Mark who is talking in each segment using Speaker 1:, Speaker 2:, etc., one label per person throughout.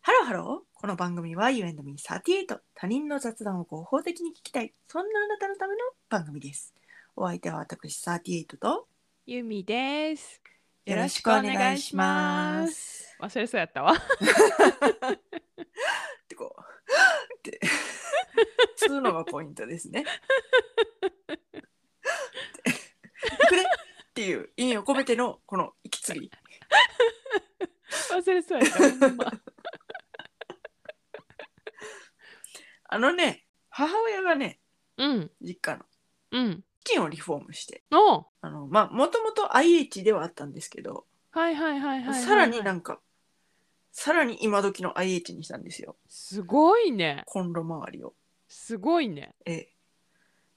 Speaker 1: ハローこの番組は You and me38 他人の雑談を合法的に聞きたいそんなあなたのための番組ですお相手は私38と
Speaker 2: ゆみです。
Speaker 1: よろしくお願いしま。す
Speaker 2: 忘れそうやったわ。
Speaker 1: ってこうってするのがポイントですね。ってくれっていう意味を込めてのこの息継ぎ
Speaker 2: 忘れそうやった。ほんま
Speaker 1: あのね母親がね
Speaker 2: うん、
Speaker 1: 実家の
Speaker 2: うん。
Speaker 1: キッチンをリフォームして
Speaker 2: おう
Speaker 1: あのまあもともと IH ではあったんですけど、
Speaker 2: はいはいはいはいはいはい。
Speaker 1: さらになんかさらに今時の IH にしたんですよ
Speaker 2: すごいね。
Speaker 1: コンロ周りを。
Speaker 2: すごいね。
Speaker 1: ええ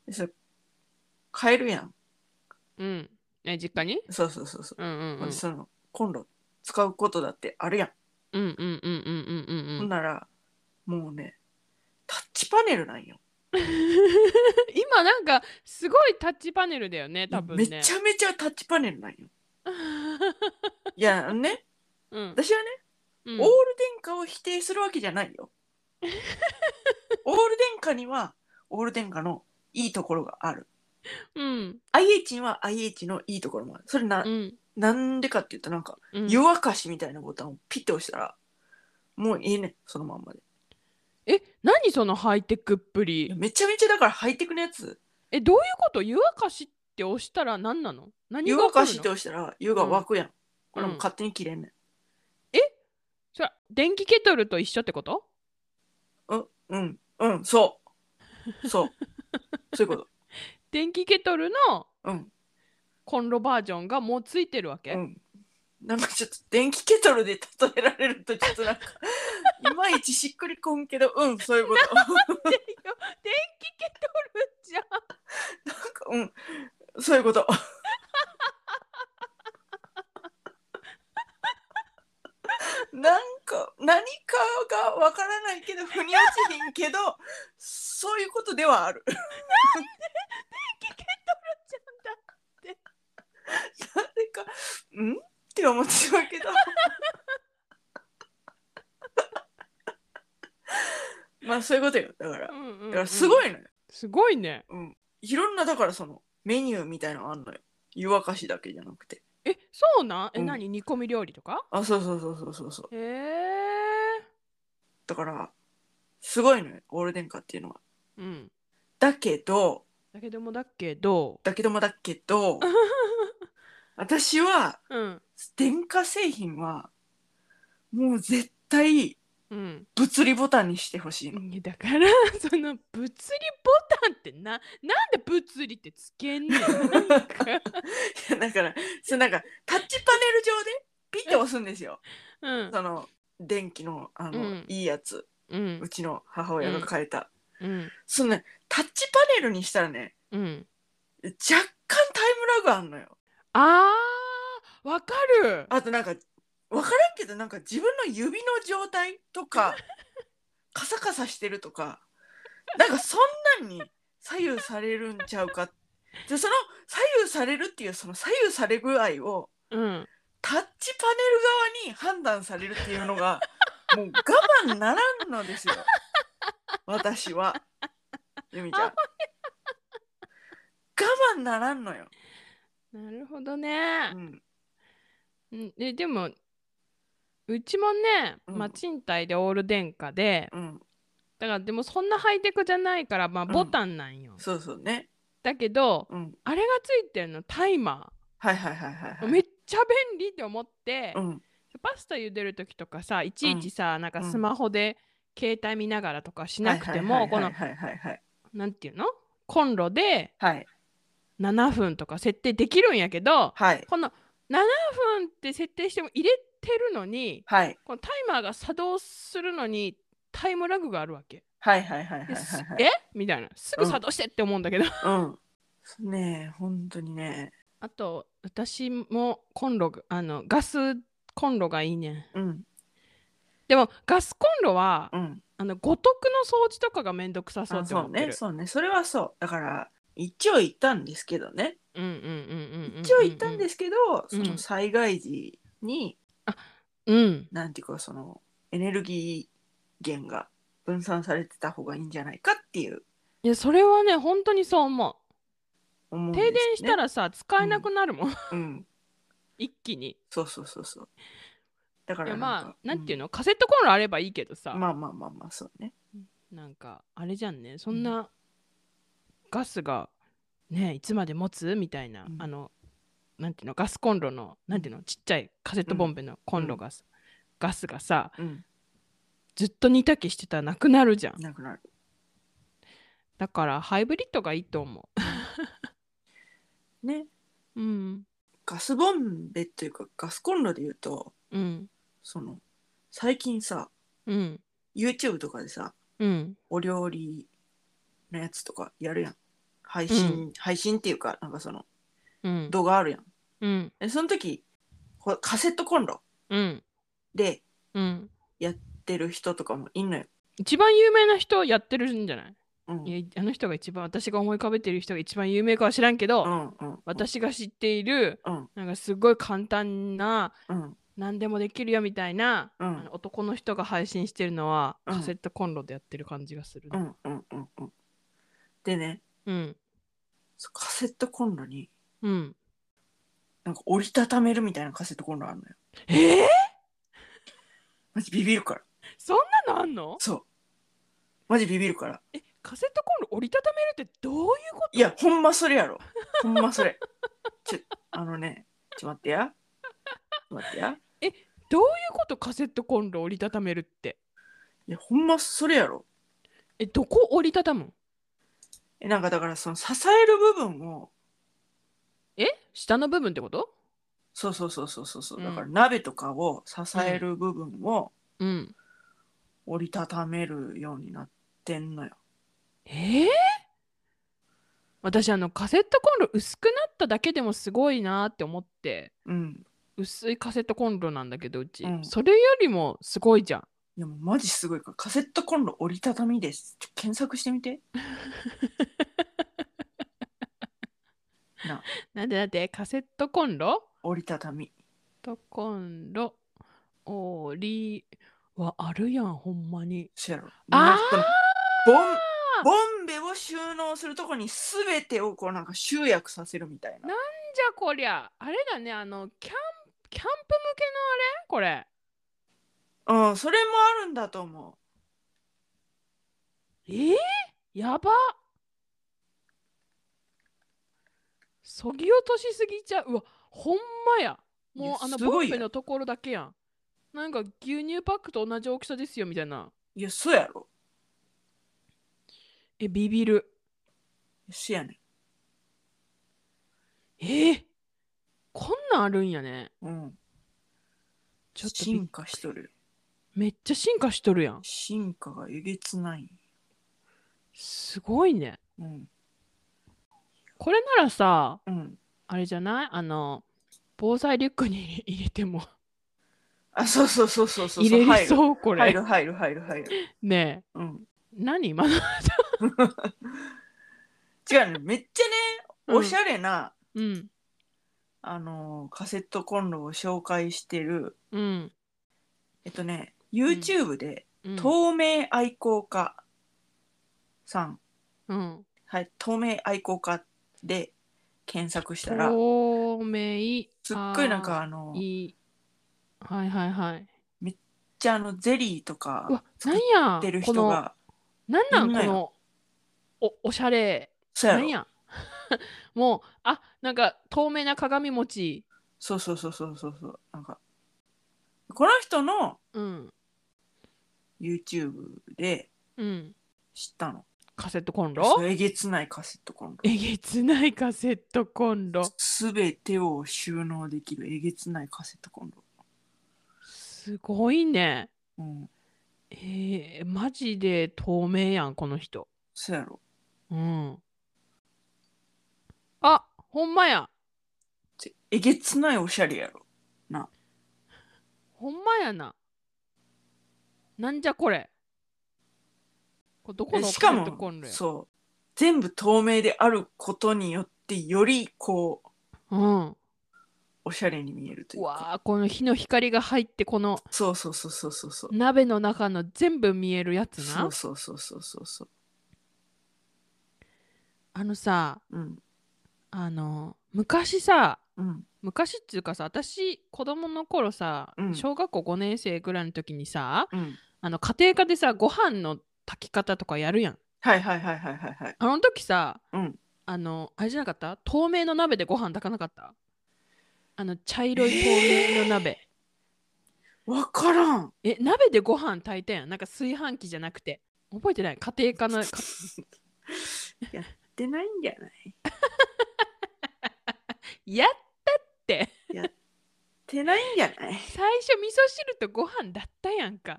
Speaker 1: でそれ買えるやん
Speaker 2: うん。え、実家に
Speaker 1: そうそうそうそう。
Speaker 2: うんうんう
Speaker 1: ほんで。
Speaker 2: ん
Speaker 1: そのコンロ使うことだってあるやん。
Speaker 2: うんうんうんうんうんう
Speaker 1: ほん
Speaker 2: ん。
Speaker 1: ならもうねタッチパネルなんよ、
Speaker 2: 今なんかすごいタッチパネルだよね、多分ね。
Speaker 1: めちゃめちゃタッチパネルなんよ。いやね
Speaker 2: うん。
Speaker 1: 私はね、
Speaker 2: うん
Speaker 1: オール電化を否定するわけじゃない よ。オール電化にはオール電化のいいところがある。
Speaker 2: うん。
Speaker 1: IH には IH のいいところもある。それな,、
Speaker 2: うん。
Speaker 1: なんでかって言うとなんか
Speaker 2: うん
Speaker 1: 湯沸かしみたいなボタンをピッて押したらもういいねそのまんまで。
Speaker 2: え、何そのハイテクっぷり。
Speaker 1: めちゃめちゃだからハイテクのやつ
Speaker 2: え、どういうこと湯沸かしって押したら何なの何
Speaker 1: 湯
Speaker 2: が
Speaker 1: 沸
Speaker 2: 起こ
Speaker 1: か
Speaker 2: る
Speaker 1: しっ
Speaker 2: の
Speaker 1: て押したら湯が沸くやん、これもう
Speaker 2: うん
Speaker 1: 勝手に切れんねん
Speaker 2: それは電気ケトルと一緒ってこと
Speaker 1: うんうんうんそうそうそう いうこと
Speaker 2: 電気ケトルの
Speaker 1: うん
Speaker 2: コンロバージョンがもうついてるわ け、
Speaker 1: うんなんかちょっと電気ケトルで例えられるとちょっとなんかいまいちしっくりこんけどうんそういうこと
Speaker 2: 電気ケトルじゃん
Speaker 1: なんかうんそういうことなんか何かがわからないけど腑に落ちひんけどそういうことではある
Speaker 2: 電気ケ
Speaker 1: なんでか「ん?」って思っちゃうけ どまあそういうことよだから
Speaker 2: トル、うんうん
Speaker 1: だからすご
Speaker 2: い
Speaker 1: いのよ、
Speaker 2: すごいね
Speaker 1: うん、いろんなだからそのメニューみたいなのあんのよ湯沸かしだけじゃなくて
Speaker 2: えそうなんえ、
Speaker 1: うん
Speaker 2: 何煮込み料理とか
Speaker 1: あそうそうそうそうそうそう
Speaker 2: へえ
Speaker 1: だからすごいのよオール電化っていうのは
Speaker 2: うん
Speaker 1: だけど
Speaker 2: だけどもだけど
Speaker 1: だけどもだけ ど私は
Speaker 2: うん
Speaker 1: 電化製品はもう絶対
Speaker 2: うん
Speaker 1: 物理ボタンにしてほしいの
Speaker 2: いやだから その物理ボタンってななんで物理ってつけんねん なんか
Speaker 1: だからそうなんかタッチパネル上でピッて押すんですよ。
Speaker 2: うん
Speaker 1: その電気のあの、
Speaker 2: うん
Speaker 1: いいやつ
Speaker 2: うん
Speaker 1: うちの母親が変えた、
Speaker 2: うん
Speaker 1: そのねタッチパネルにしたらね
Speaker 2: うん
Speaker 1: 若干タイムラグあんのよ。
Speaker 2: あーわかる
Speaker 1: あとなんか分からんけどなんか自分の指の状態とかカサカサしてるとかなんかそんなんに左右されるんちゃうかでその左右されるっていうその左右され具合を
Speaker 2: うん
Speaker 1: タッチパネル側に判断されるっていうのがもう我慢ならんのですよ私はゆみちゃん我慢ならんのよ、
Speaker 2: なるほどね
Speaker 1: う。ん、
Speaker 2: うんででもうちもね、
Speaker 1: うん
Speaker 2: まあ、賃貸でオール電化で
Speaker 1: うん、
Speaker 2: だからでもそんなハイテクじゃないから、まあ、
Speaker 1: ん
Speaker 2: ボタンなんよ。
Speaker 1: そうそうね
Speaker 2: だけど
Speaker 1: うん
Speaker 2: あれがついてるのタイマ
Speaker 1: はいはいはいはい
Speaker 2: ー、
Speaker 1: はい
Speaker 2: めっちゃ便利って思って、
Speaker 1: うん
Speaker 2: パスタ茹でる時とかさいちいちさ、なんかスマホで携帯見ながらとかしなくても、
Speaker 1: はい
Speaker 2: こ
Speaker 1: は
Speaker 2: の
Speaker 1: いはいはいはい
Speaker 2: なんていうのコンロで
Speaker 1: はい
Speaker 2: 7分とか設定できるんやけど
Speaker 1: はい
Speaker 2: この7分って設定しても入れてるのに
Speaker 1: はい
Speaker 2: このタイマーが作動するのにタイムラグがあるわ け。
Speaker 1: はいはいはいはい
Speaker 2: で
Speaker 1: はい
Speaker 2: す
Speaker 1: はい
Speaker 2: えみたいなすぐ作動してって思うんだけど、
Speaker 1: うんねえ本当にね
Speaker 2: あと私もコンロがあのガスコンロがいいねん
Speaker 1: うん
Speaker 2: でもガスコンロは、
Speaker 1: うん
Speaker 2: あの五徳の掃除とかがめんどくさそう
Speaker 1: あ
Speaker 2: って
Speaker 1: そ
Speaker 2: 思
Speaker 1: う
Speaker 2: って
Speaker 1: ね
Speaker 2: る
Speaker 1: そうねそれはそうだから一応言ったんですけどね
Speaker 2: うんうんうんうんうんうん
Speaker 1: 一応言ったんですけど、
Speaker 2: うん
Speaker 1: その災害時に、
Speaker 2: うん
Speaker 1: なんていうかそのエネルギ源が分散されてた方がいいんじゃないかっていう
Speaker 2: いやそれはね本当にそう思
Speaker 1: 思うん
Speaker 2: う
Speaker 1: です、ね
Speaker 2: 停、電した、らさ使えなくなるもん、
Speaker 1: うん、
Speaker 2: 一気に
Speaker 1: そうそうそうそうだか
Speaker 2: い
Speaker 1: ら
Speaker 2: や
Speaker 1: なんか
Speaker 2: まあなんていう
Speaker 1: の、
Speaker 2: の、カセットコンロあればいいけどさ、
Speaker 1: まあまあまあまあそうね
Speaker 2: なんかあれじゃんねそんなガスがねいつまで持つみたいな、
Speaker 1: うん
Speaker 2: あのなんていうのガスコンロのなんていうのちっちゃいカセットボンベのコンロがさ、ガスがさ
Speaker 1: うん
Speaker 2: ずっと煮炊きしてたらなくなるじゃん
Speaker 1: なくなる
Speaker 2: だからハイブリッドがいいと思
Speaker 1: ね
Speaker 2: ううん
Speaker 1: ガスボンベっていうかガスコンロで言うと
Speaker 2: うん
Speaker 1: その最近さ
Speaker 2: うん
Speaker 1: YouTube とかでさ
Speaker 2: うん
Speaker 1: お料理のやつとかやるやん配信、配信っていうかなんかその
Speaker 2: うん
Speaker 1: 動画あるやん
Speaker 2: うん
Speaker 1: でその時こうカセットコンロ
Speaker 2: うん
Speaker 1: で
Speaker 2: うん
Speaker 1: やってる人とかもいんのよ、
Speaker 2: 一番有名な人やってるんじゃない
Speaker 1: うん、
Speaker 2: いやあの人が一番私が思い浮かべてる人が一番有名かは知らんけど、
Speaker 1: うんうん
Speaker 2: 私が知っている
Speaker 1: うん
Speaker 2: なんかすごい簡単な
Speaker 1: うん
Speaker 2: 何でもできるよみたいな、
Speaker 1: うん
Speaker 2: あの男の人が配信してるのは、
Speaker 1: うん
Speaker 2: カセットコンロでやってる感じがする
Speaker 1: う。んうんうんうんでね
Speaker 2: うん。
Speaker 1: そうカセットコンロに
Speaker 2: うん。
Speaker 1: なんか折りたためるみたいなカセットコンロあるのよ
Speaker 2: えー、
Speaker 1: マジビビるから
Speaker 2: そんなのあんの
Speaker 1: そうマジビビるから
Speaker 2: えカセットコンロ折りたためるってどういうこと
Speaker 1: いやほんまそれやろほんまそれちょあのねちょ待ってやちょ待ってや
Speaker 2: どういうことカセットコンロ折りたためるって。
Speaker 1: いやほんまそれやろ
Speaker 2: えどこ折りたたむん
Speaker 1: えなんかだからその支える部分を
Speaker 2: え下の部分ってこと
Speaker 1: そうそうそうそうそうそう
Speaker 2: うん
Speaker 1: だから鍋とかを支える部分を
Speaker 2: うん。
Speaker 1: 折りたためるようになってんのよ
Speaker 2: えー、私あのカセットコンロ薄くなっただけでもすごいなって思って
Speaker 1: うん
Speaker 2: 薄いカセットコンロなんだけどうち、
Speaker 1: うん
Speaker 2: それよりもすごいじゃん。
Speaker 1: いやもうマジすごいからカセットコンロ折りたたみですちょ検索してみて
Speaker 2: なんでだってカセットコンロ
Speaker 1: 折りたたみ
Speaker 2: カセットコンロ折りはあるやんほんまに。
Speaker 1: そやろ
Speaker 2: あ
Speaker 1: そのボンボンベを収納するとこに全てをこうなんか集約させるみたいな
Speaker 2: なじゃあこりゃあれだねあのキャンキャンプ向けのあれこれ。
Speaker 1: うんそれもあるんだと思
Speaker 2: えー、やばそぎ落としすぎちゃううわほんまや
Speaker 1: い
Speaker 2: も
Speaker 1: や
Speaker 2: うあの
Speaker 1: すご
Speaker 2: ボ
Speaker 1: い
Speaker 2: ン
Speaker 1: やん
Speaker 2: ベのところだけやんなんか牛乳パックと同じ大きさですよみたいな
Speaker 1: ういやそうやろ
Speaker 2: えビビる
Speaker 1: そうやね
Speaker 2: えー、こんなんあるんやね
Speaker 1: んうん
Speaker 2: ちょっとび
Speaker 1: 進化しとる
Speaker 2: めっちゃ進化しとるやん
Speaker 1: 進化がえげつない
Speaker 2: すごいね
Speaker 1: うん
Speaker 2: これならさ
Speaker 1: うん
Speaker 2: あれじゃないあの防災リュックに 入れ入れても
Speaker 1: あそうそうそうそうそう
Speaker 2: 入れ
Speaker 1: 入
Speaker 2: れ
Speaker 1: る
Speaker 2: そうこ
Speaker 1: 入
Speaker 2: れ
Speaker 1: る入る入る入る
Speaker 2: ねえ
Speaker 1: うん
Speaker 2: 何今の
Speaker 1: 違うねめっちゃねおしゃれな、
Speaker 2: うん
Speaker 1: あのーカセットコンロを紹介してる
Speaker 2: うん
Speaker 1: えっとね YouTube で、
Speaker 2: うん
Speaker 1: 透明愛好家さん、
Speaker 2: うん、
Speaker 1: はい透明愛好家で検索したら
Speaker 2: 透明
Speaker 1: すっごいなんかあの
Speaker 2: あー
Speaker 1: めっ
Speaker 2: いいはいはいはい
Speaker 1: ちゃあのゼリーと
Speaker 2: うわ
Speaker 1: か
Speaker 2: な
Speaker 1: 作っ
Speaker 2: ん
Speaker 1: て
Speaker 2: や
Speaker 1: る
Speaker 2: こ
Speaker 1: 人
Speaker 2: の
Speaker 1: が
Speaker 2: なんなん
Speaker 1: みんな
Speaker 2: こ
Speaker 1: や
Speaker 2: のおおしゃれ
Speaker 1: そうや
Speaker 2: なん
Speaker 1: ろ
Speaker 2: や もうあなんか透明な鏡餅
Speaker 1: そうそうそうそうそうそうなんかこの人の
Speaker 2: うん、
Speaker 1: YouTube で
Speaker 2: うん、
Speaker 1: 知ったの
Speaker 2: カセットコン
Speaker 1: そ
Speaker 2: ロ
Speaker 1: うえげつないカセットコンロ
Speaker 2: えげつないカセットコンロ
Speaker 1: すべてを収納できるえげつないカセットコン
Speaker 2: すごいね
Speaker 1: ロ。うん。
Speaker 2: えー、マジで透明やんこの人
Speaker 1: そうやろ。
Speaker 2: うんあほんまや
Speaker 1: てえげつないおしゃれやろ。
Speaker 2: ほんまやな。なんじゃこれ。これどこ
Speaker 1: え
Speaker 2: の
Speaker 1: しか
Speaker 2: カセットコ
Speaker 1: も
Speaker 2: ンロや
Speaker 1: そう全部透明であることによってよりこう
Speaker 2: うん。
Speaker 1: おおしゃれに見えるといううか
Speaker 2: わあこの日の光が入ってこの
Speaker 1: そうそうそうそうそうそう
Speaker 2: 鍋の中の全部見えるやつ
Speaker 1: そ
Speaker 2: な
Speaker 1: うそうそうそうそうそ
Speaker 2: あのさ
Speaker 1: ううん
Speaker 2: あの昔さ
Speaker 1: うん
Speaker 2: 昔っていうかさ私子供の頃さ、
Speaker 1: うん
Speaker 2: 小学校5年生ぐらいの時にさ
Speaker 1: うん
Speaker 2: あの家庭科でさご飯の炊き方とかやるやん
Speaker 1: はいはいはいはいはいはい
Speaker 2: あの時さ、
Speaker 1: うん
Speaker 2: あのあれじゃなかった透明の鍋でご飯炊かなかったあの茶色い透明の鍋
Speaker 1: わからん
Speaker 2: え鍋でご飯炊いたやんなんか炊飯器じゃなくて覚えてない家庭科 のか
Speaker 1: 出ないんじゃない
Speaker 2: や
Speaker 1: 出ないんじゃない
Speaker 2: 最初味噌汁とご飯だったやんか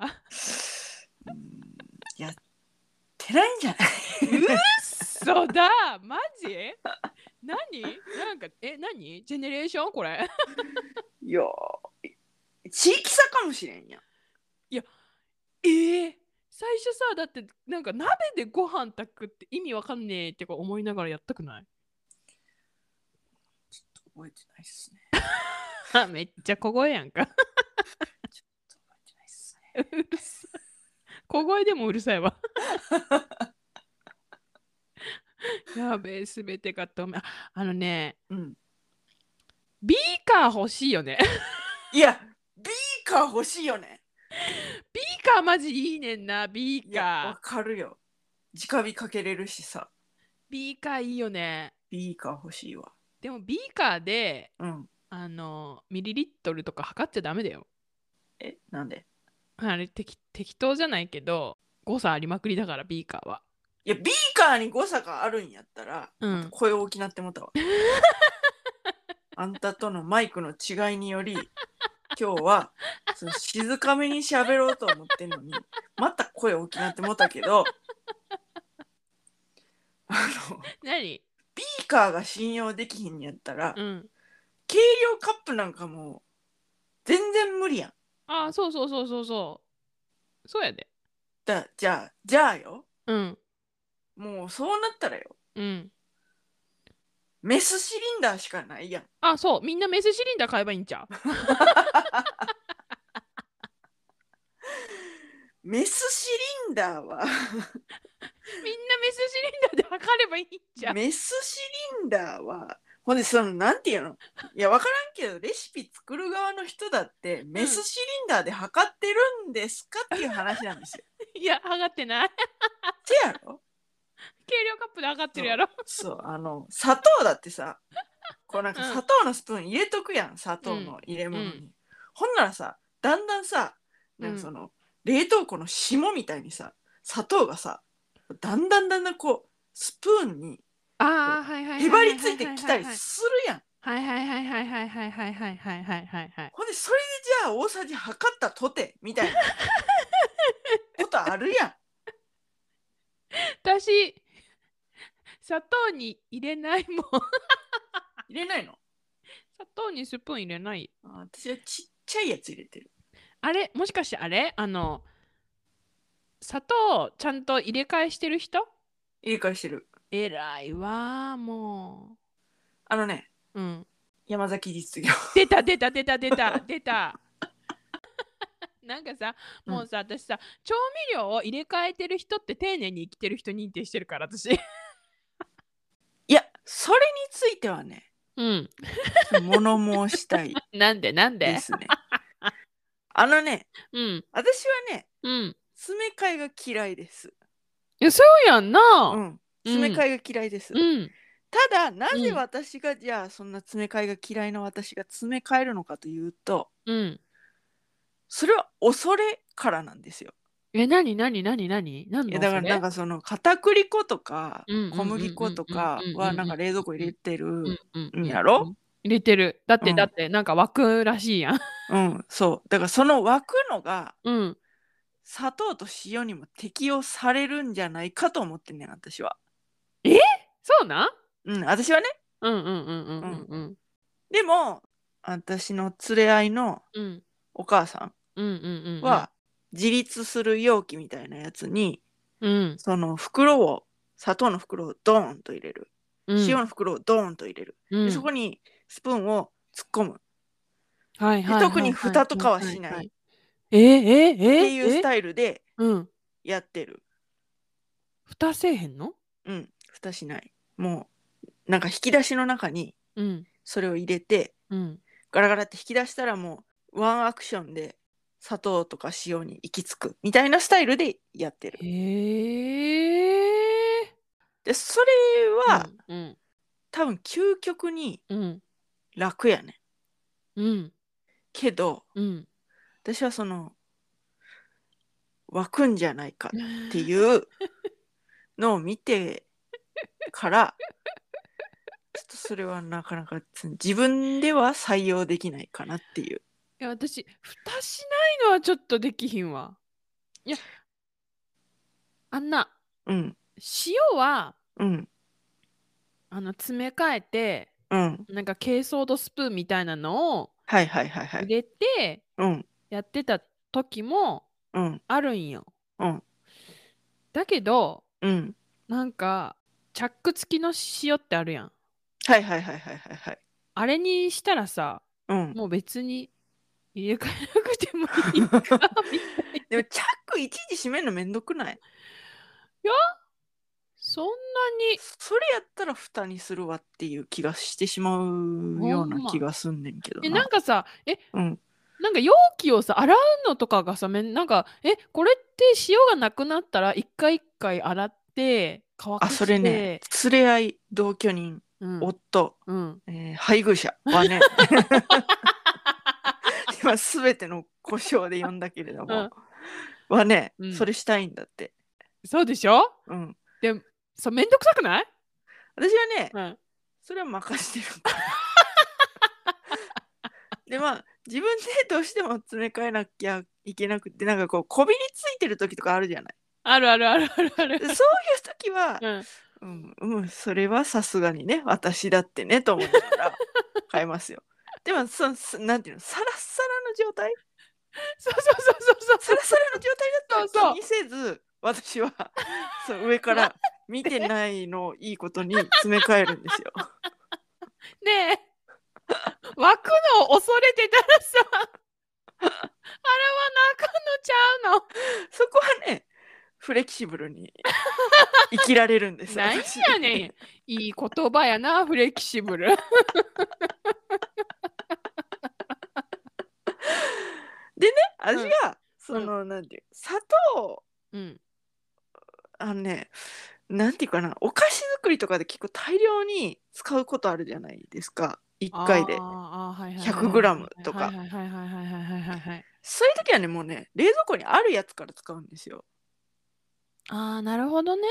Speaker 1: うんいや出ないんじゃないう
Speaker 2: っそだマジ何なんかえ何ジェネレーションこれ
Speaker 1: いやー地域差かもしれんやん
Speaker 2: えー最初さだってなんか鍋でご飯炊くって意味わかんねえってか思いながらやったくない
Speaker 1: 覚えてないっすね
Speaker 2: あめっちゃ小声やん か
Speaker 1: 覚えてないっすね
Speaker 2: うるさい小声でもうるさい わやべえすべてが透明ああのね
Speaker 1: うん
Speaker 2: ビーカー欲しいよね
Speaker 1: いやビーカー欲しいよね
Speaker 2: ビーカーマジいいねんなビー
Speaker 1: いやわ
Speaker 2: カ
Speaker 1: か
Speaker 2: ー
Speaker 1: るよ直火かけれるしさ
Speaker 2: ビーカーいいよね
Speaker 1: ビーカー欲しいわ
Speaker 2: でもビーカーで
Speaker 1: うん
Speaker 2: あのミリリットルとか測っちゃダメだよ
Speaker 1: えなんで
Speaker 2: あれ適適当じゃないけど誤差ありまくりだからビーカーはい
Speaker 1: やビーカーに誤差があるんやったら
Speaker 2: うん
Speaker 1: 声大きなってもたわあんたとのマイクの違いにより今日はその静かめに喋ろうと思ってんのにまた声大きなってもたけどあの
Speaker 2: 何
Speaker 1: ビーカーが信用できひんやったら、
Speaker 2: うん
Speaker 1: 軽量カップなんかもう全然無理やん
Speaker 2: ああそうそうそうそうそうそうやで
Speaker 1: だじゃあじゃあよ
Speaker 2: うん
Speaker 1: もうそうなったらよ
Speaker 2: うん
Speaker 1: メスシリンダーしかないやん
Speaker 2: あそうみんなメスシリンダー買えばいいんちゃう
Speaker 1: メスシリンダーは
Speaker 2: みんなメスシリンダーで測ればいいんちゃう
Speaker 1: メスシリンダーはほんでそのなんていうのいや分からんけどレシピ作る側の人だってメスシリンダーで測ってるんですかっていう話なんですよ。
Speaker 2: いや測ってない
Speaker 1: せやろ
Speaker 2: 計量カップで測ってるやろ
Speaker 1: そうあの砂糖だってさこうなんか
Speaker 2: うん
Speaker 1: 砂糖のスプーン入れとくやん砂糖の入れ物に。
Speaker 2: うんう
Speaker 1: ほんならさだんだんさなんかその、冷凍庫の霜みたいにさ砂糖がさだんだんだんだんこうスプーンに
Speaker 2: ああはいはいはい
Speaker 1: へばりついてきたりするやん。
Speaker 2: はいはいはいはいはいはいはいはいはいはいはいはい
Speaker 1: ほんでそれでじゃあ大さじ測ったとてみたいなことあるやん。
Speaker 2: 私砂糖に入れないもん
Speaker 1: 入れないの
Speaker 2: 砂糖にスプーン入れない
Speaker 1: あ私はちっちゃいやつ入れてる。
Speaker 2: あれもしかしてあれあの砂糖ちゃんと入れ替えしてる人
Speaker 1: 入れ替えしてる。
Speaker 2: 偉いわーも
Speaker 1: あのね
Speaker 2: う うん
Speaker 1: 山崎実業。
Speaker 2: 出た出た出た出た出た なんかさ
Speaker 1: うん
Speaker 2: もうさ、私さ調味料を入れ替えてる人って丁寧に生きてる人認定してるから私
Speaker 1: いやそれについてはね
Speaker 2: うん
Speaker 1: 物申したい
Speaker 2: なんでなんで
Speaker 1: ですね。あのね
Speaker 2: うん
Speaker 1: 私はね
Speaker 2: うん
Speaker 1: 詰め替えが嫌いです。
Speaker 2: いやそうやんな
Speaker 1: うん詰め替えが嫌いです。
Speaker 2: うん
Speaker 1: ただなぜ
Speaker 2: うん
Speaker 1: 私が、じゃあそんな詰め替えが嫌いな私が詰め替えるのかというと
Speaker 2: うん
Speaker 1: それは恐れからなんですよ。
Speaker 2: え何何何何
Speaker 1: い
Speaker 2: 何の
Speaker 1: やだから
Speaker 2: それ
Speaker 1: なんかその片栗粉とか
Speaker 2: うんうんうんうん
Speaker 1: 小麦粉とかはなんか冷蔵庫入れて
Speaker 2: うん
Speaker 1: る
Speaker 2: うん
Speaker 1: んやろ
Speaker 2: 入れてるだって、
Speaker 1: うん
Speaker 2: だってなんか枠らしいやん
Speaker 1: うんそうだからその湧くのが
Speaker 2: うん
Speaker 1: 砂糖と塩にも適用されるんじゃないかと思ってんねん私は。
Speaker 2: そうなん
Speaker 1: うん私はね
Speaker 2: うんうんうんうんうんうん
Speaker 1: でも私の連れ合いの
Speaker 2: うん
Speaker 1: お母さ
Speaker 2: うんうんうん
Speaker 1: んは自立する容器みたいなやつに
Speaker 2: うん
Speaker 1: その袋を砂糖の袋をドーンと入れる
Speaker 2: うん
Speaker 1: 塩の袋をドーンと入れる、
Speaker 2: う
Speaker 1: で
Speaker 2: ん
Speaker 1: そこにスプーンを突っ込む
Speaker 2: はいはいはいはい
Speaker 1: 特に蓋とかはしない
Speaker 2: ははえー、えー、え
Speaker 1: て
Speaker 2: ー、
Speaker 1: いうス
Speaker 2: えー
Speaker 1: タイルで
Speaker 2: うん。
Speaker 1: やってる。
Speaker 2: 蓋せえへんの
Speaker 1: うん、蓋しない。もう、なんか引き出しの中に
Speaker 2: うん。
Speaker 1: それを入れて、
Speaker 2: うん。
Speaker 1: ガラガラって引き出したらもう、ワンアクションで砂糖とか塩に行き着くみたいなスタイルでやってる。
Speaker 2: へえ。
Speaker 1: で、それは、
Speaker 2: うん。
Speaker 1: 多分究極に
Speaker 2: うん。
Speaker 1: 楽やねん。
Speaker 2: うん。
Speaker 1: けど、
Speaker 2: うん。
Speaker 1: 私はその、湧くんじゃないかって
Speaker 2: う。
Speaker 1: いうのを見てからちょっとそれはなかなか自分では採用できないかなっていう
Speaker 2: いや、私、蓋しないのはちょっとできひんわ。いや、あんな、
Speaker 1: うん
Speaker 2: 塩は、
Speaker 1: うん
Speaker 2: あの、詰め替えて、
Speaker 1: うん
Speaker 2: なんか、珪藻土スプーンみたいなのを
Speaker 1: はいはいはいは
Speaker 2: 入
Speaker 1: い
Speaker 2: れて、
Speaker 1: うん
Speaker 2: やってた時も
Speaker 1: うん
Speaker 2: あるんよ。
Speaker 1: うん
Speaker 2: だけど、
Speaker 1: うん
Speaker 2: なんか、チャック付きの塩ってあるやん。
Speaker 1: はいはいはいはいはいはい
Speaker 2: あれにしたらさ、
Speaker 1: うん
Speaker 2: もう別に入れ替えなくてもいいかみたいな
Speaker 1: でもチャックいちいち閉めるのめんどくない
Speaker 2: そんなに
Speaker 1: それやったら蓋にするわっていう気がしてしまうような気がすんねんけど
Speaker 2: えなんかさえ
Speaker 1: うん
Speaker 2: なんか容器をさ洗うのとかがさめんなんかえこれって塩がなくなったら一回一回洗って乾か
Speaker 1: あ
Speaker 2: して
Speaker 1: それね連れ合い同居人
Speaker 2: うん、
Speaker 1: 夫
Speaker 2: うん、
Speaker 1: えー配偶者はね 今すべての故障で呼んだけれども、はね、
Speaker 2: うん
Speaker 1: それしたいんだって、
Speaker 2: そうでしょ
Speaker 1: うん、
Speaker 2: そうめんどくさくない、
Speaker 1: 私はね
Speaker 2: うん、
Speaker 1: それは任してる でまあ自分でどうしても詰め替えなきゃいけなくてなんかこうこびりついてる時とかあるじゃ ない
Speaker 2: あるあるあるあるある
Speaker 1: でそういう時は、
Speaker 2: うん、
Speaker 1: うんうん、それはさすがにね私だってねと思いながら変えますよでもそそなんていうのサラッサラの状態
Speaker 2: そうそうそうそ
Speaker 1: サ
Speaker 2: うそう
Speaker 1: ラサラの状態だったら
Speaker 2: そうそう
Speaker 1: 気にせず私はそう上から見てないのをいいことに詰め替えるんですよ。
Speaker 2: ねえ湧くのを恐れてたらさ洗わなあかんのちゃうの
Speaker 1: そこはねフレキシブル に生きられるんです
Speaker 2: なんやねん。いい言葉やな、フレキシブル。
Speaker 1: 私
Speaker 2: うん
Speaker 1: 私が、そのなんていう砂糖
Speaker 2: うん。
Speaker 1: あのねなんていうかなお菓子作りとかで結構大量に使うことあるじゃないですか1回で
Speaker 2: あー。あーはいはいはい
Speaker 1: 100g とか
Speaker 2: はいはいはいはいはいはいはいはい。
Speaker 1: そういう時はねもうね冷蔵庫にあるやつから使うんですよ。
Speaker 2: ああ、なるほどね。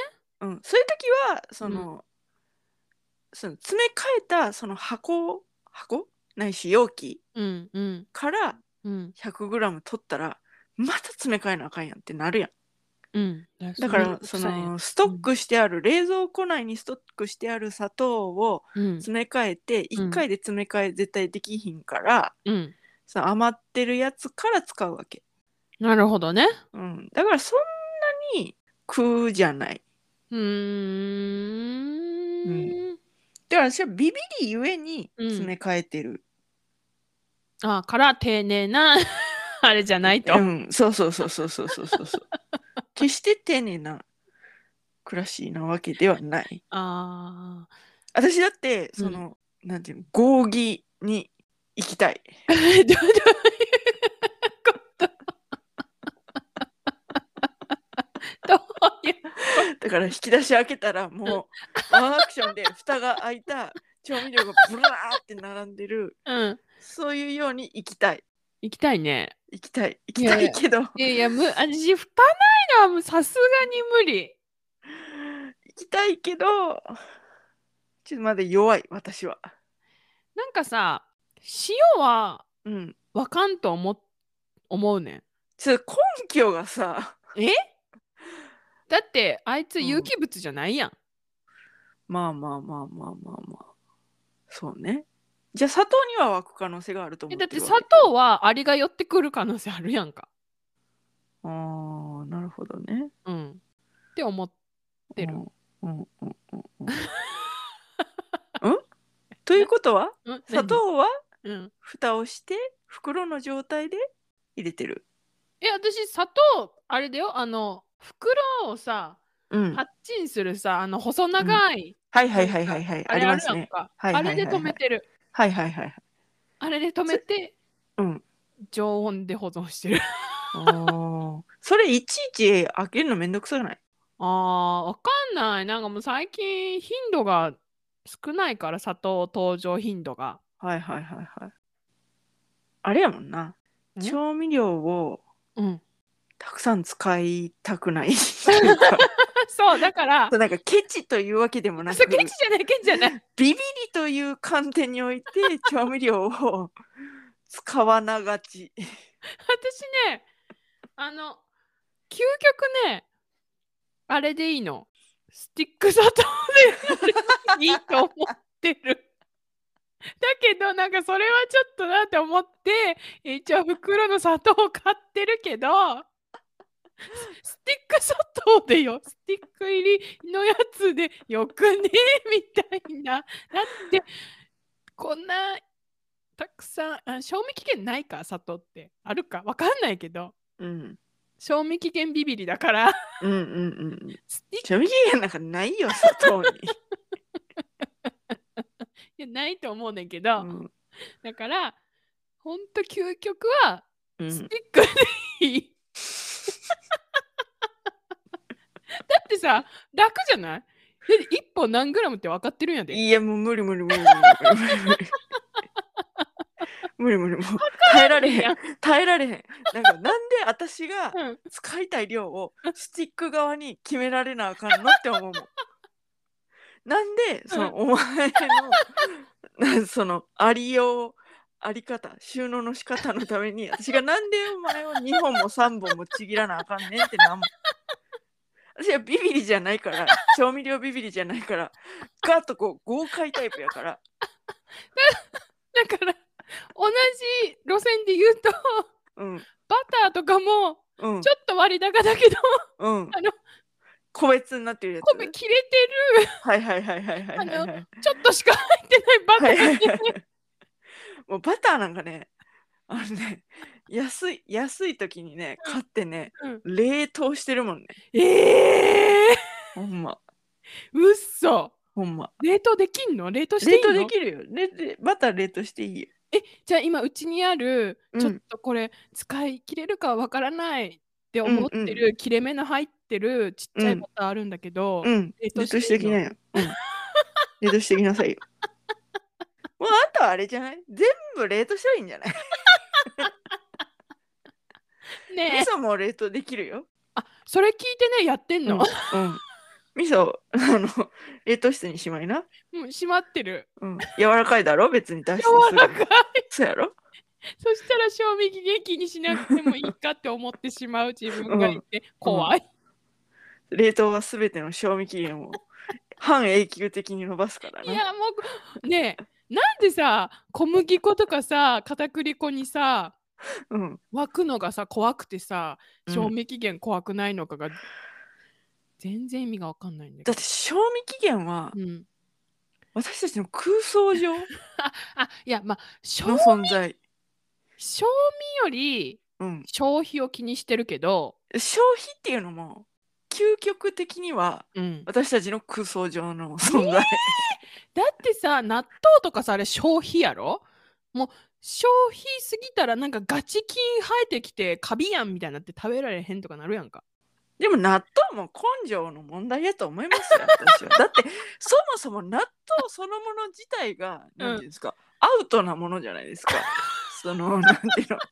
Speaker 1: うん、そういう時はその,、その詰め替えたその箱箱ないし容器
Speaker 2: うんうん
Speaker 1: から
Speaker 2: うん。
Speaker 1: 100g 取ったらまた詰め替えなあかんやんってなるやん
Speaker 2: うん、
Speaker 1: だからそのストックしてある、冷蔵庫内にストックしてある砂糖を
Speaker 2: うん、
Speaker 1: 詰め替えて
Speaker 2: うん
Speaker 1: 1回で詰め替え絶対できひんから、
Speaker 2: うん、
Speaker 1: その余ってるやつから使うわけ、
Speaker 2: なるほどね
Speaker 1: うん、だからそんなに苦じゃないう
Speaker 2: ーん、
Speaker 1: だから私はビビりゆえに
Speaker 2: うん
Speaker 1: 詰め替えてる、
Speaker 2: あから丁寧なあれじゃないと、
Speaker 1: うん、そうそうそうそうそうそうそうそう。決して丁寧な暮らしなわけではない。
Speaker 2: あ
Speaker 1: 私だってその、なんていうの合議に行きたい。
Speaker 2: あ どういうことどういう
Speaker 1: だから引き出し開けたらもうワンアクションで蓋が開いた調味料がブラーって並んでる
Speaker 2: うん
Speaker 1: そういうように行きたい
Speaker 2: 行きたいね。
Speaker 1: 行きたい行
Speaker 2: い
Speaker 1: き
Speaker 2: や
Speaker 1: た
Speaker 2: いや
Speaker 1: いけど
Speaker 2: いやいや、む、私、蓋ないのはもうさすがに無理。
Speaker 1: 行きたいけどちょっとまだ弱い私は。
Speaker 2: なんかさ、塩は
Speaker 1: うん。
Speaker 2: わかんと思っ思うねん。
Speaker 1: ちょっと根拠がさ
Speaker 2: だって、あいつ
Speaker 1: うん
Speaker 2: 有機物じゃないやん。
Speaker 1: まあまあまあまあまあまあ。そうね。じゃあ砂糖には湧く可能性があると思
Speaker 2: え
Speaker 1: う。
Speaker 2: だって砂糖はアリが寄ってくる可能性あるやんか。
Speaker 1: ああ、なるほどね。
Speaker 2: うん。って思ってる。
Speaker 1: うん。うんうんうん うん。うんということは
Speaker 2: うん、
Speaker 1: 砂糖は
Speaker 2: 何うん。
Speaker 1: 蓋をして膨袋の状態で入れてる。
Speaker 2: え私砂糖あれだよあの袋をさ
Speaker 1: うん。
Speaker 2: パッチンするさあの細長い、
Speaker 1: はいはいはいはいはい。あ
Speaker 2: あれ
Speaker 1: り
Speaker 2: あ
Speaker 1: ま
Speaker 2: る
Speaker 1: す
Speaker 2: やん
Speaker 1: ね。
Speaker 2: か、
Speaker 1: はいはいはいはい
Speaker 2: あれで止めてる
Speaker 1: はいはい はいはい。
Speaker 2: あれで止めて
Speaker 1: うん。
Speaker 2: 常温で保存してる
Speaker 1: ああ。それいちいち開けるのめんどくさくない
Speaker 2: あーわかんないなんかもう最近頻度が少ないから砂糖登場頻度が
Speaker 1: はいはいはいはい。あれやもんな。
Speaker 2: ん
Speaker 1: 調味料を
Speaker 2: うん
Speaker 1: たくさん使いたく ないというか
Speaker 2: そうだから
Speaker 1: そうなんかケチというわけでもなく
Speaker 2: そうケチじゃないケチじゃない
Speaker 1: ビビリという観点において調味料を使わながち。
Speaker 2: 私ねあの究極ねあれでいいのスティック砂糖でいいと思ってるだけどなんかそれはちょっとなって思って一応袋の砂糖を買ってるけどスティック砂糖でよスティック入りのやつでよくねみたいなだってこんなたくさんあ賞味期限ないか砂糖ってあるかわかんないけど
Speaker 1: うん。
Speaker 2: 賞味期限ビビリだから
Speaker 1: うんうんうん。
Speaker 2: スティック
Speaker 1: 調味期限なんかないよ、砂糖に。
Speaker 2: いやないと思うねんけど、
Speaker 1: うん
Speaker 2: だからほんと究極は
Speaker 1: う
Speaker 2: ス
Speaker 1: ん
Speaker 2: ティックでいい、 だってさ楽じゃないだって1本何グラムって分かってるんやで
Speaker 1: いや、もう無理無理無理無理無理無理無理。無理無理もう耐えられへん
Speaker 2: やん。
Speaker 1: 耐えられへん。なん か、なんで私が
Speaker 2: うん
Speaker 1: 使いたい量をスティック側に決められなあかんのって思うもん。なんでそのお前の なそのありようあり方収納の仕方のために私がなんでお前を2本も3本もちぎらなあかんねんってなんも私はビビリじゃないから調味料ビビリじゃないからガッとこう豪快タイプやから
Speaker 2: だから同じ路線で言うと
Speaker 1: うん
Speaker 2: バターとかも
Speaker 1: うん
Speaker 2: ちょっと割高だけど
Speaker 1: うん
Speaker 2: あの
Speaker 1: 個別になってるやつ
Speaker 2: 米切れてる
Speaker 1: はいはいはいはいはいはい
Speaker 2: あ
Speaker 1: はい
Speaker 2: ちょっとしか入ってないバ
Speaker 1: は
Speaker 2: タ
Speaker 1: い
Speaker 2: ー
Speaker 1: はいはいもうバターなんかねあのね安い安い時にね買ってね、冷凍してるもんね
Speaker 2: ええ
Speaker 1: ほんま
Speaker 2: ー、うっそ
Speaker 1: ほんま
Speaker 2: 冷凍できんの冷凍して
Speaker 1: 冷
Speaker 2: いいの
Speaker 1: 凍できるよれれバター冷凍していいよ
Speaker 2: えじゃあ今うちにある
Speaker 1: うん
Speaker 2: ちょっとこれ使い切れるかわからないって思ってる、切れ目の入ってるちっちゃいバターあるんだけど、
Speaker 1: うん
Speaker 2: 冷
Speaker 1: 冷
Speaker 2: 凍
Speaker 1: 凍
Speaker 2: し
Speaker 1: して
Speaker 2: い
Speaker 1: て
Speaker 2: い
Speaker 1: き
Speaker 2: の
Speaker 1: なよ、うん、冷凍してきな さいよもうあとはあれじゃない全部冷凍したらいいんじゃない
Speaker 2: ねえ
Speaker 1: 味噌も冷凍できるよ、
Speaker 2: あそれ聞いてねやってん
Speaker 1: うんう
Speaker 2: の
Speaker 1: ん、、味噌あの冷凍室にしまいな、
Speaker 2: もう閉まってる
Speaker 1: うん、柔らかいだろ別に出してす
Speaker 2: 柔ら
Speaker 1: ぐ
Speaker 2: かい
Speaker 1: そうやろ
Speaker 2: そしたら賞味期限気にしなくてもいいかって思ってしまう自分がいて、怖い
Speaker 1: 冷凍はすべての賞味期限を半永久的に伸ばすから
Speaker 2: い
Speaker 1: ね。
Speaker 2: やもうねえなんでさ小麦粉とかさ片栗粉にさ
Speaker 1: うん、
Speaker 2: 湧くのがさ怖くてさ
Speaker 1: うん
Speaker 2: 賞味期限怖くないのかが、全然意味が分かんないんだ
Speaker 1: だ
Speaker 2: け
Speaker 1: っ
Speaker 2: ど。
Speaker 1: て賞味期限は
Speaker 2: うん、
Speaker 1: 私たちの空想上
Speaker 2: あいやまあ賞
Speaker 1: の存在。
Speaker 2: 賞味より
Speaker 1: うん、
Speaker 2: 消費を気にしてるけど、
Speaker 1: 消費っていうのも究極的には
Speaker 2: うん、だ
Speaker 1: 私たちの空想上の存在。
Speaker 2: ってさ納豆とかさあれ消費やろもう消費すぎたらなんかガチ菌生えてきてカビやんみたいになって食べられへんとかなるやんか。
Speaker 1: でも納豆も根性の問題やと思いますよ私 は。だってそもそも納豆そのもの自体が
Speaker 2: うん
Speaker 1: 何ていうんですか、アウトなものじゃないですか。そ のなんていうの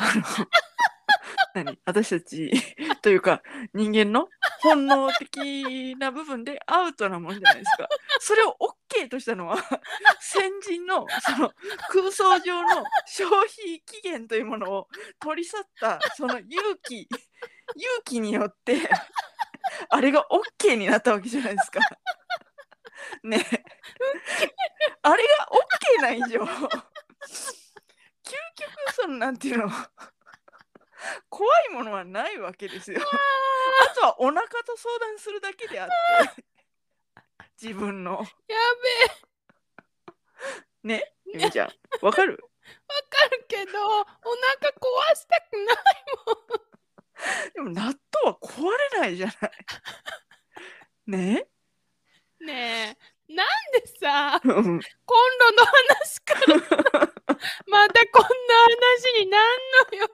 Speaker 1: あの何私たちというか人間の本能的な部分でアウトなものじゃないですか。それを OK としたのは 先人のその空想上の消費期限というものを取り去ったその勇気 勇気によってあれが OK になったわけじゃないですか。ねえあれが OK な以上究極そのなんていうの怖いものはないわけですよ。あとはお腹と相談するだけであって自分の。
Speaker 2: や
Speaker 1: ねゆみちゃん。わかる
Speaker 2: かるけど、お腹壊したくない。
Speaker 1: でも納豆は壊れないじゃない。ね
Speaker 2: ねえ、なんでさ、
Speaker 1: うん
Speaker 2: コンロの話から またこんな話になんのよ。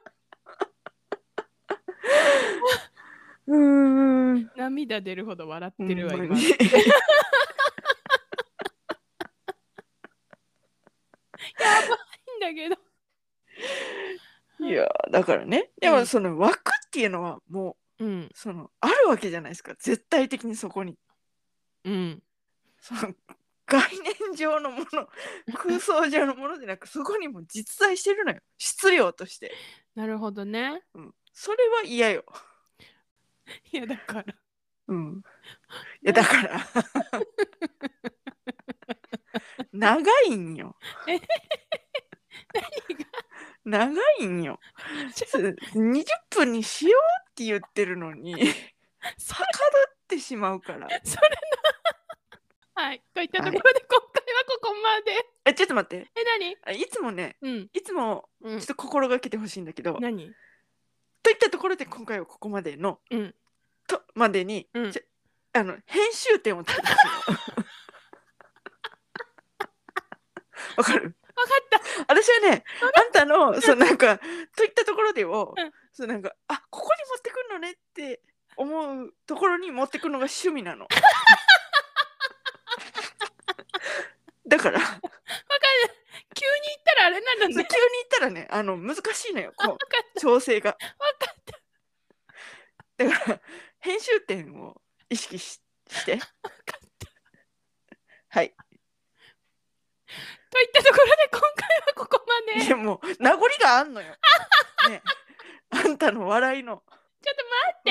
Speaker 1: うーん。
Speaker 2: 涙出るほど笑ってるわ、
Speaker 1: ほん
Speaker 2: 今
Speaker 1: ま。に
Speaker 2: だけど。
Speaker 1: いやーだからねで
Speaker 2: う
Speaker 1: も
Speaker 2: ん
Speaker 1: その枠っていうのはも
Speaker 2: うん、
Speaker 1: うそのあるわけじゃないですか絶対的にそこに
Speaker 2: うん。
Speaker 1: その概念上のもの空想上のものでなくそこにも実在してるのよ質量として、
Speaker 2: なるほどね。
Speaker 1: うん、それは嫌よ、
Speaker 2: いや、だ から。
Speaker 1: うん、いやだから 長いんよ
Speaker 2: え
Speaker 1: 長いんよ
Speaker 2: ちょ
Speaker 1: 20分にしようって言ってるの に
Speaker 2: そ
Speaker 1: はかどってしまうから
Speaker 2: はい。といったところで、今回はここまで。
Speaker 1: えちょっと待って
Speaker 2: え、何
Speaker 1: あいつもね
Speaker 2: うん。
Speaker 1: いつも
Speaker 2: う
Speaker 1: ちょ
Speaker 2: ん
Speaker 1: っ。と心がけてほしいんだけど、と
Speaker 2: 何
Speaker 1: いったところで今回はここまでの
Speaker 2: うん。
Speaker 1: とまでに、
Speaker 2: うん
Speaker 1: ちょあの編集点をつけてほしいのわかる
Speaker 2: わかった。
Speaker 1: 私はねあんたのそのなんかといったところでを、
Speaker 2: うん
Speaker 1: そのなんかあここに持ってくるのねって思うところに持ってくのが趣味なのだから
Speaker 2: 急に言ったらあれなんだ
Speaker 1: 急に言っ
Speaker 2: ね。
Speaker 1: たらねあの難しいのよ
Speaker 2: あわ
Speaker 1: こ
Speaker 2: かっ
Speaker 1: う
Speaker 2: た。
Speaker 1: 調整が
Speaker 2: わかっ
Speaker 1: だから編集点を意識ししてはい
Speaker 2: た。といったところで、今回はここまで。
Speaker 1: でもう名残があんのよ、ね、あんたの笑いの
Speaker 2: ちょっ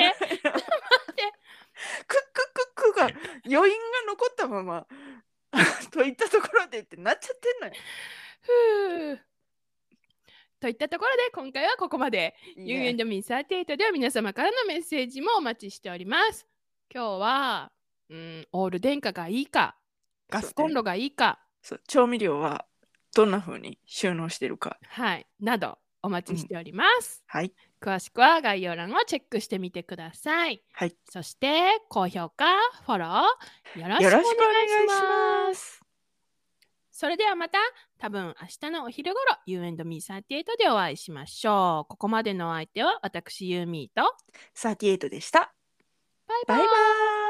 Speaker 2: と待って。
Speaker 1: クックックックが余韻が残ったままといったところでってなっちゃってんのよ
Speaker 2: ふうといったところで今回はここまで。
Speaker 1: いいね
Speaker 2: You and me38 では皆様からのメッセージもお待ちしております。今日は、うん、オール電化がいいか、ガスコンロがいいか、
Speaker 1: そう調味料はどんな風に収納してるか
Speaker 2: はい、などお待ちしております。
Speaker 1: はい
Speaker 2: 詳しくは概要欄をチェックしてみてください。
Speaker 1: はい
Speaker 2: そして高評価、フォローよろし
Speaker 1: よ
Speaker 2: くお願
Speaker 1: ろ
Speaker 2: い
Speaker 1: しくお
Speaker 2: し
Speaker 1: 願いし
Speaker 2: ま。
Speaker 1: ますす
Speaker 2: それではまた多分明日のお昼頃 You and me38 でお会いしましょう。ここまでのお相手は私ユーミーと
Speaker 1: 38でした
Speaker 2: バイバ
Speaker 1: バイ
Speaker 2: イ
Speaker 1: バイ